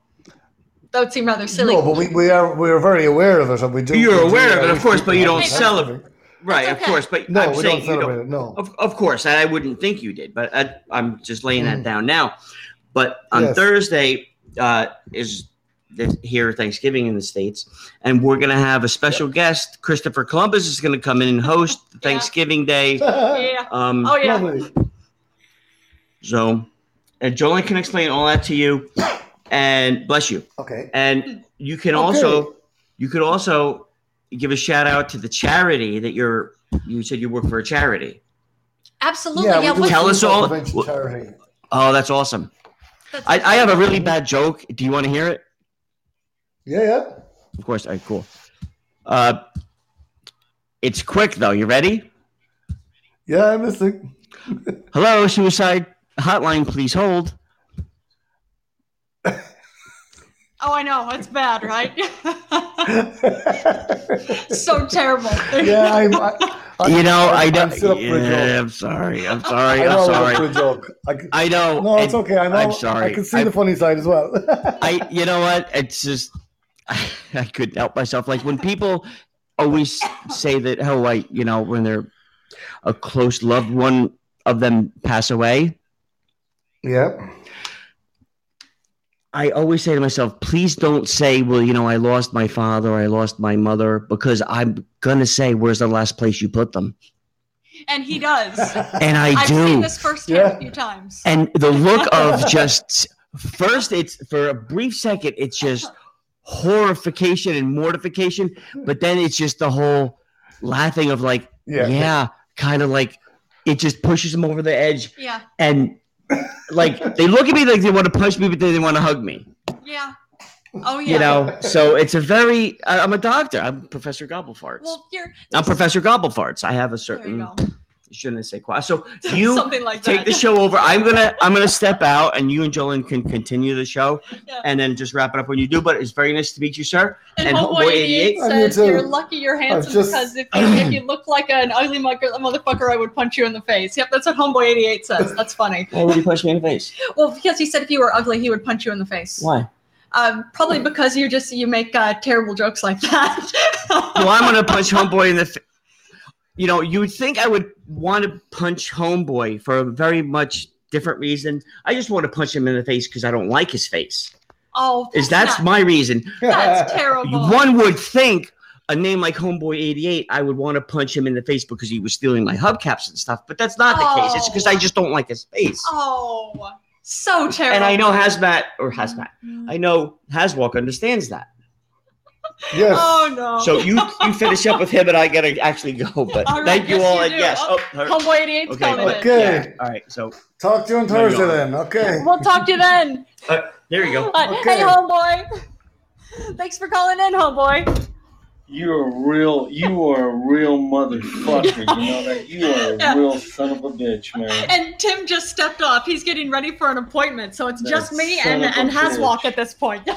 That would seem rather silly. No, but we, we are we are very aware of it, and we do. You're we do, aware of uh, it, of course, but you don't have- celebrate. Right, okay. of course. But No, I'm we saying don't you don't. celebrate it. No. Of, of course, and I wouldn't think you did, but I, I'm just laying that Mm. down now. But on Yes. Thursday uh, is the, here Thanksgiving in the states, and we're gonna have a special guest. Christopher Columbus is gonna come in and host Oh, Yeah. Thanksgiving Day. Yeah. Um, Oh, yeah. Lovely. So, and Jolene can explain all that to you, and bless you. Okay. And you can Oh, Okay. also you could also give a shout out to the charity that you're. You said you work for a charity. Absolutely. we Yeah. do what- Tell us all- Prevention charity. Oh, that's awesome. that's- I, I have a really bad joke. Do you want to hear it? Yeah, yeah. Of course. All right, cool. Uh, it's quick though. You ready? Yeah, I'm listening. Hello, suicide hotline. Please hold. Oh, I know. It's bad, right? yeah, so terrible. I'm. I, I, you know, I I'm don't. set up for a yeah, joke. I'm sorry. I'm I sorry. know I'm I'm up for sorry. a joke. I, can- I know. no, it's and okay. I know. I'm sorry. I can see I- the funny side as well. I. You know what? It's just I, couldn't help myself. Like when people always say that, oh, like you know, when they're a close loved one of them pass away. yeah. I always say to myself, please don't say, well, you know, I lost my father, I lost my mother, because I'm going to say, where's the last place you put them? and he does. And I I've do. seen this firsthand Yeah. a few times. and the look of just first it's for a brief second it's just horrification and mortification but then it's just the whole laughing of like yeah, yeah. kind of like it just pushes them over the edge yeah, and like they look at me like they want to punch me but then they want to hug me yeah. Oh yeah. you know so it's a very I- i'm a doctor i'm professor gobblefarts well, you're. i'm professor gobblefarts i have There a you certain go. shouldn't I say qua so you Something like take that. the show over. I'm gonna I'm gonna step out, and you and Jolene can continue the show, Yeah. and then just wrap it up when you do. But it's very nice to meet you, sir. And, And Homeboy Homeboy "Oh, 88 88 I do says you're too. lucky you're handsome just- because if you, if you look like an ugly mugger- motherfucker, I would punch you in the face. Yep, that's what Homeboy 88 says. That's funny. Why would you punch me in the face? Well, because he said if you were ugly, he would punch you in the face. Why? Um, probably because you just you make uh, terrible jokes like that. Well, I'm gonna punch homeboy in the. Fa- you know, you would think I would want to punch homeboy for a very much different reason. I just want to punch him in the face because I don't like his face. oh, Is that's not- my reason? that's terrible. One would think. A name like Homeboy eighty eight, I would want to punch him in the face because he was stealing my hubcaps and stuff. But that's not the case. It's because I just don't like his face. Oh, so terrible. Mm. And I know Hazmat or Hazmat. I know Haswalk understands that. Yes. Oh no. So you you finish up with him, and I gotta actually go. But All right, thank you yes, all. you and do. yes. Oh, all right. Homeboy 88's okay. coming. but- in. Okay. yeah, All right. So Talk to you on No, you're Thursday on. then. Okay. We'll talk to you then. there you go. Uh, Okay. Hey, homeboy. Thanks for calling in, homeboy. You're a real, you are a real motherfucker. You know that? You are a Yeah. real son of a bitch, man. And Tim just stepped off. He's getting ready for an appointment, so it's That just me son and of a and Haswalk bitch. at this point. yeah,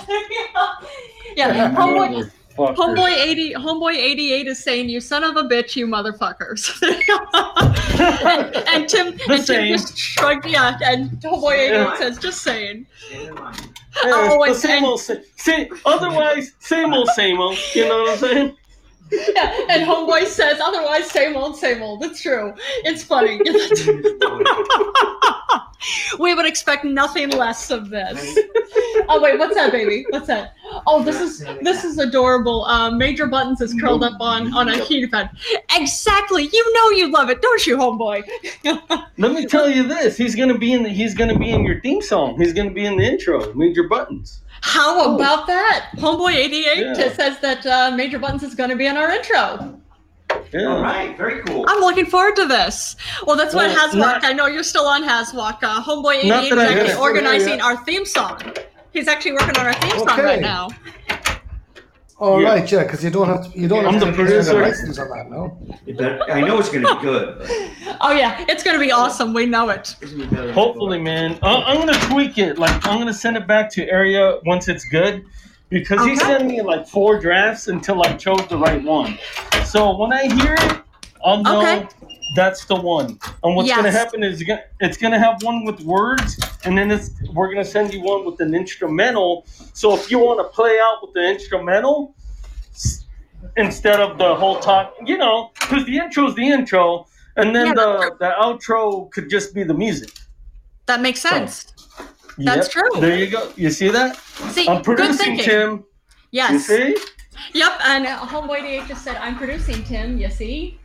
You homeboy. motherfucker. Homeboy eighty, homeboy eighty eight is saying, "You son of a bitch, you motherfuckers." and, and Tim, and Tim same. just shrugged. Yeah, and homeboy eighty eight Yeah. says, "Just saying." Yeah, Oh, but and- same and- old, same, same, otherwise, same old, same old. You know what I'm saying? Yeah, and homeboy says, "Otherwise, same old, same old." It's true. It's funny. we would expect nothing less of this. Oh wait, what's that, baby? What's that? Oh, this is this is adorable. Uh, Major Buttons is curled up on on a heater pad. Exactly. You know you love it, don't you, homeboy? Let me tell you this: he's gonna be in. The, he's gonna be in your theme song. He's gonna be in the intro. Major buttons. How about that? Homeboy eighty eight Yeah. says that uh, Major Buttons is going to be in our intro. Yeah. right. Very cool. I'm looking forward to this. Well, that's what Well, Haswalk. Oh, not- I know you're still on Haswalk. Uh, Homeboy eighty Not eight is that I actually did it. organizing Yeah, our theme song. He's actually working on our theme song Okay. right now. All Yeah. right, yeah, because you don't have to. You don't I'm have the to pay any producer. license on that, no. I know it's gonna be good. Oh yeah, it's going to be awesome. We know it. Hopefully, man. I- I'm gonna tweak it. Like I'm gonna send it back to Area once it's good, because he Okay. sent me like four drafts until I chose the right one. So when I hear it, I'll know Okay. that's the one. And what's gonna Yes. happen is you're gonna- it's gonna have one with words, and then it's we're gonna send you one with an instrumental. So if you want to play out with the instrumental s- instead of the whole talk, you know, because the intro's the intro. And then Yeah, that's the, the outro could just be the music. That makes sense. That's true. There you go. You see that? See, I'm good producing, thinking. Tim. You Yes. see? Yep. And uh, homeboy DH just said, "I'm producing Tim." You see.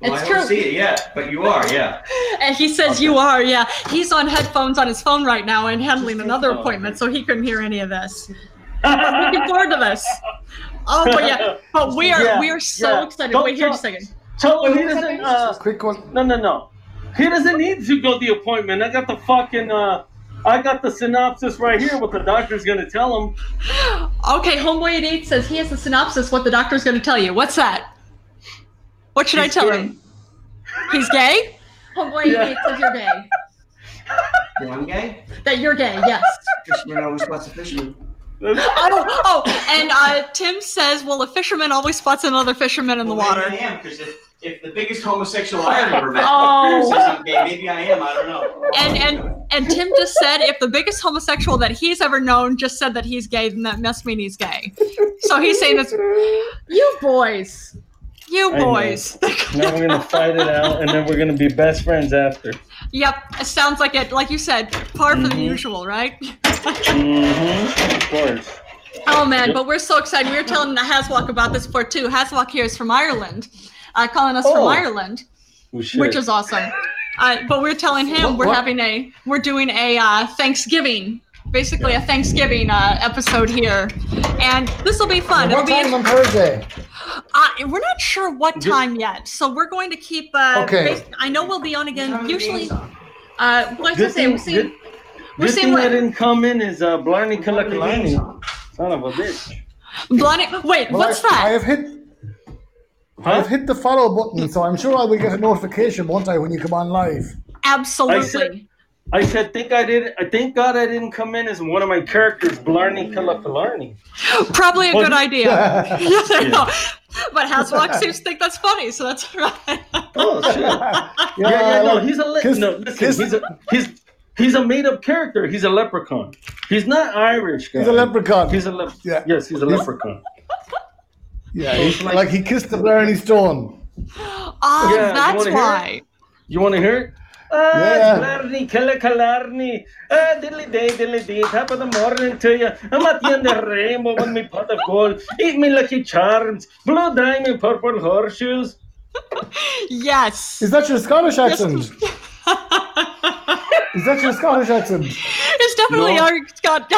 It's true. it yet, but you are. Yeah. And he says you are, yeah. He's on headphones on his phone right now and handling Just another headphones. appointment, so he couldn't hear any of this. Looking forward to this. Oh, but yeah, but we are Yeah, we are so yeah. excited. Don't Wait here just a tell- second. so Oh, he doesn't. Uh, Quick Ah, one. no, no, no. He doesn't need to go the appointment. I got the fucking. Uh, I got the synopsis right here. What the doctor's gonna tell him. Okay, homeboy at eight says he has a synopsis. What the doctor's going to tell you? What's that? What should He's I tell gay. him? He's gay. Homeboy Yeah. at eight says you're gay. One gay. That you're gay. Yes. Fisherman always spots a fisherman. Oh, oh, and uh, Tim says, well, a fisherman always spots another fisherman in the water. I am because if, if the biggest homosexual I have ever met Oh. says I'm gay, maybe I am. I don't know. And and and Tim just said if the biggest homosexual that he's ever known just said that he's gay, then that must mean he's gay. So he's saying it's you boys. You I know. boys. Now we're gonna fight it out, and then we're gonna be best friends after. yep. It sounds like it like you said, par for the Mhm. usual, right? Mm-hmm. Of course. Oh man, Yep. but we're so excited. We were telling Haswalk about this before too. Haswalk here is from Ireland. Uh, calling us from Oh. Ireland. We should. which is awesome. Uh, but we're telling him What- we're what? having a we're doing a uh, Thanksgiving, basically a Thanksgiving uh, episode here, and this will be fun. It'll What be time on Thursday? uh, we're not sure what Do- time yet, so we're going to keep. Uh, Okay. bas- I know we'll be on again. Usually, uh, what Good was I thing- going to say? We're seeing, good- we're Good seeing thing I what didn't come in is uh, Blarney Kalakalani. Son of a bitch. Blani- Wait, Well, what's I, I that? have hit. Huh? I've hit the follow button, so I'm sure I will get a notification, won't I, when you come on live? Absolutely. I said- I said, think I did. I thank God I didn't come in as one of my characters, Blarney Kalakalani. Probably a Well, good you- idea. Yes, I know. But Haswalk seems to think that's funny, so that's all right. Oh shit! yeah, yeah, I no, like- he's a le- kiss- no. Listen, kiss- he's a he's he's a made up character. He's a leprechaun. He's not Irish. Guy. He's a leprechaun. He's a lep- Yeah. Yes, he's a leprechaun. yeah, he's like, he kissed the Blarney Stone. Oh, Yeah, you that's wanna hear why. it? You want to hear it? Yeah. Ah, Blarney Kalakalani. Ah, diddly day, diddly day. Top of the morning to you. I'm at the end of the rainbow with me pot of gold. Eat me lucky charms. Blue diamond, purple horseshoes. Yes. Is that your Scottish accent? Is that your Scottish accent? It's definitely No. our Scott. No,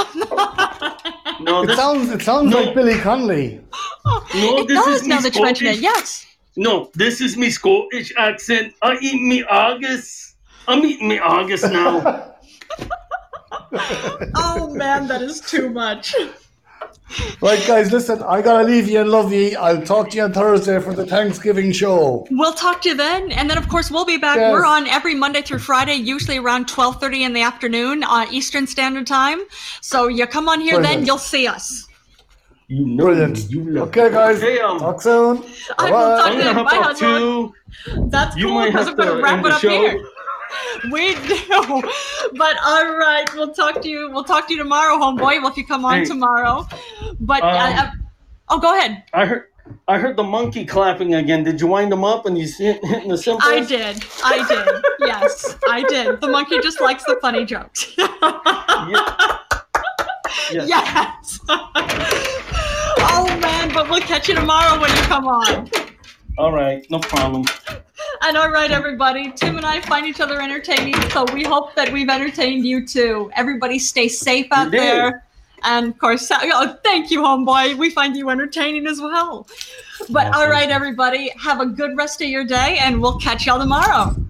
It this, sounds it sounds No. like Billy Connolly. no, it this does is now me that you mention it. Scottish. Yes. no, this is me Scottish accent. I eat me August. I'm eating me August now. Oh man, that is too much. Right, guys, listen, I gotta leave you and love you. I'll talk to you on Thursday for the Thanksgiving show. We'll talk to you then, and then of course we'll be back. Yes. We're on every Monday through Friday, usually around twelve thirty in the afternoon uh, Eastern Standard Time. So you come on here, then Brilliant. you'll see us. you know Brilliant. You love Okay, guys, Hey, um, talk soon. I will Bye-bye. talk I'm gonna Okay, hop bye, off Hassan. too. That's You cool might because have I'm going to to wrap it end the up show. here. We do, but all right, we'll talk to you. We'll talk to you tomorrow, homeboy. Well, if you come on Hey. tomorrow, but Um, I, I- oh, go ahead. I heard. I heard the monkey clapping again. Did you wind him up and you see it hitting the cymbals? I did. I did. yes, I did. The monkey just likes the funny jokes. Yeah. Yeah. yes. oh, man. But we'll catch you tomorrow when you come on. All right, no problem. And all right, everybody, Tim and I find each other entertaining. So we hope that we've entertained you too. Everybody stay safe out You did. there. And of course, oh, thank you, homeboy. We find you entertaining as well. But all right, everybody, have a good rest of your day and we'll catch y'all tomorrow.